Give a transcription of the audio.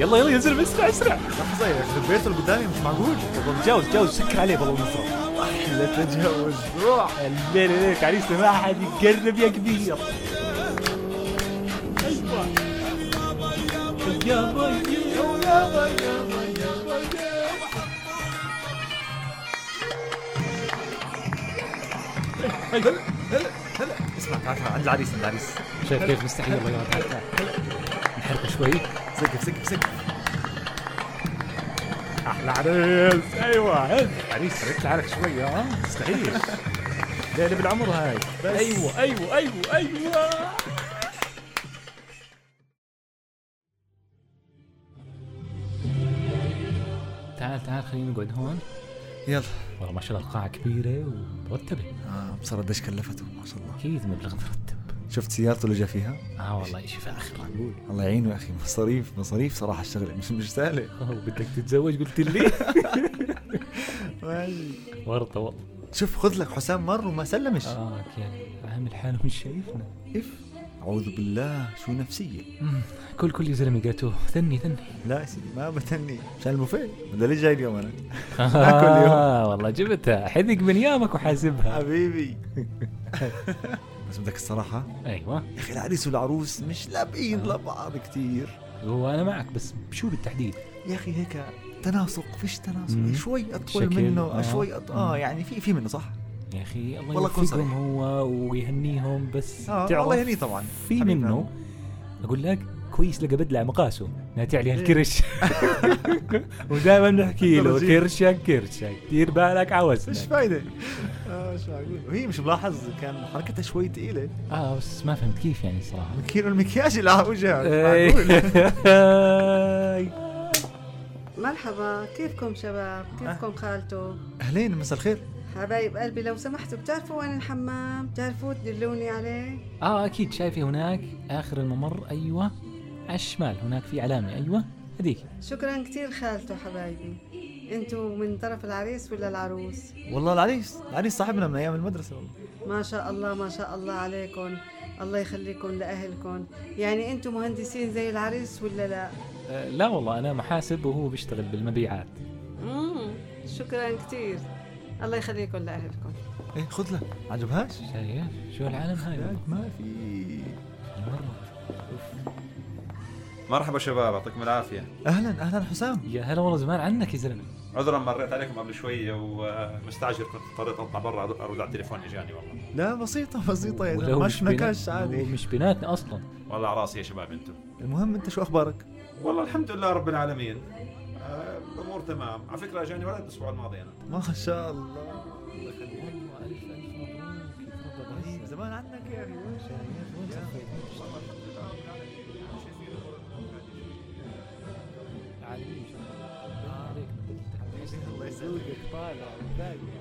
يلا يلا ينزل من اسرع اسرع لحظه يا اخي البيت اللي قدامي مش معقول والله تجاوز تجاوز سكر عليه بالله المزرعه لا تجاوز روح الليل عليك عريسنا ما حد يقرب يا كبير ايوه يا بيي هلا هلا هلا اسمع تعال تعال عند العريس عند العريس شايف كيف مستحيل الله يقعد حتى نحرقه شوي سقف سقف سقف احلى عريس ايوه هذا عريس عرفت العرق شوي ها مستحيل ليله بالعمر هاي ايوه ايوه ايوه ايوه تعال تعال خلينا نقعد هون يلا والله ما شاء الله القاعة كبيرة ومرتبة آه بصراحة قديش كلفته ما شاء الله أكيد مبلغ مرتب شفت سيارته اللي جا فيها آه والله شوف آخره الله يعينه يا اخي مصاريف مصاريف صراحه الشغله مش مش سهله آه، بدك تتزوج قلت لي ماشي ورطة والله شوف خذ لك حسام مر وما سلمش آه كان عامل حاله مش شايفنا اف اعوذ بالله شو نفسيه كل كل يا زلمه قاتو ثني ثني لا يا سيدي ما بتني مشان المفيد بدي ليش جاي اليوم انا آه والله جبتها حذق من يامك وحاسبها حبيبي بس بدك الصراحه ايوه يا اخي العريس والعروس مش لابقين لبعض كتير هو انا معك بس شو بالتحديد؟ يا اخي هيك تناسق فيش مم. تناسق شوي اطول شكل، آه. منه شوي أط... مم. اه يعني في في منه صح يا اخي الله والله كن يوفقهم صريح. هو ويهنيهم بس اه تعرف والله هني طبعا في حبيبنا. منه اقول لك كويس لقى بدلع مقاسه ناتي عليه الكرش ودائما نحكي له درجين. كرشك كرشك دير ايش بالك عوزنك فايده آه، شو عقول. وهي يعني مش ملاحظ كان حركتها شوي ثقيله اه بس ما فهمت كيف يعني إيه. صراحه كيلو المكياج اللي على وجهها مش معقول. إيه. مرحبا كيفكم شباب كيفكم خالته اهلين مساء الخير حبايب قلبي لو سمحتوا بتعرفوا وين الحمام بتعرفوا تدلوني عليه اه اكيد شايفه هناك اخر الممر ايوه على الشمال هناك في علامه ايوه هذيك شكرا كثير خالته حبايبي انتوا من طرف العريس ولا العروس والله العريس العريس صاحبنا من ايام المدرسه والله ما شاء الله ما شاء الله عليكم الله يخليكم لاهلكم يعني انتوا مهندسين زي العريس ولا لا آه، لا والله انا محاسب وهو بيشتغل بالمبيعات مم. شكرا كثير الله يخليكم لاهلكم ايه خذ لها عجبهاش شايف شو العالم هاي والله. لا، ما في مرة. مرحبا شباب يعطيكم العافيه اهلا اهلا حسام يا هلا والله زمان عنك يا زلمه عذرا مريت عليكم قبل شويه ومستعجل كنت اضطريت اطلع برا ارد على التليفون اجاني والله لا بسيطه بسيطه يا ولو زلمه مش بينا- نكاش عادي ومش بيناتنا اصلا والله على راسي يا شباب انتم المهم انت شو اخبارك والله الحمد لله رب العالمين آه، الامور تمام على فكره اجاني ولد الاسبوع الماضي انا ما شاء الله الله يخليك الف الف طيب، مبروك زمان عنك يا اخي وين شايف؟ وين شايف؟ عليك الله يسلمك. طالع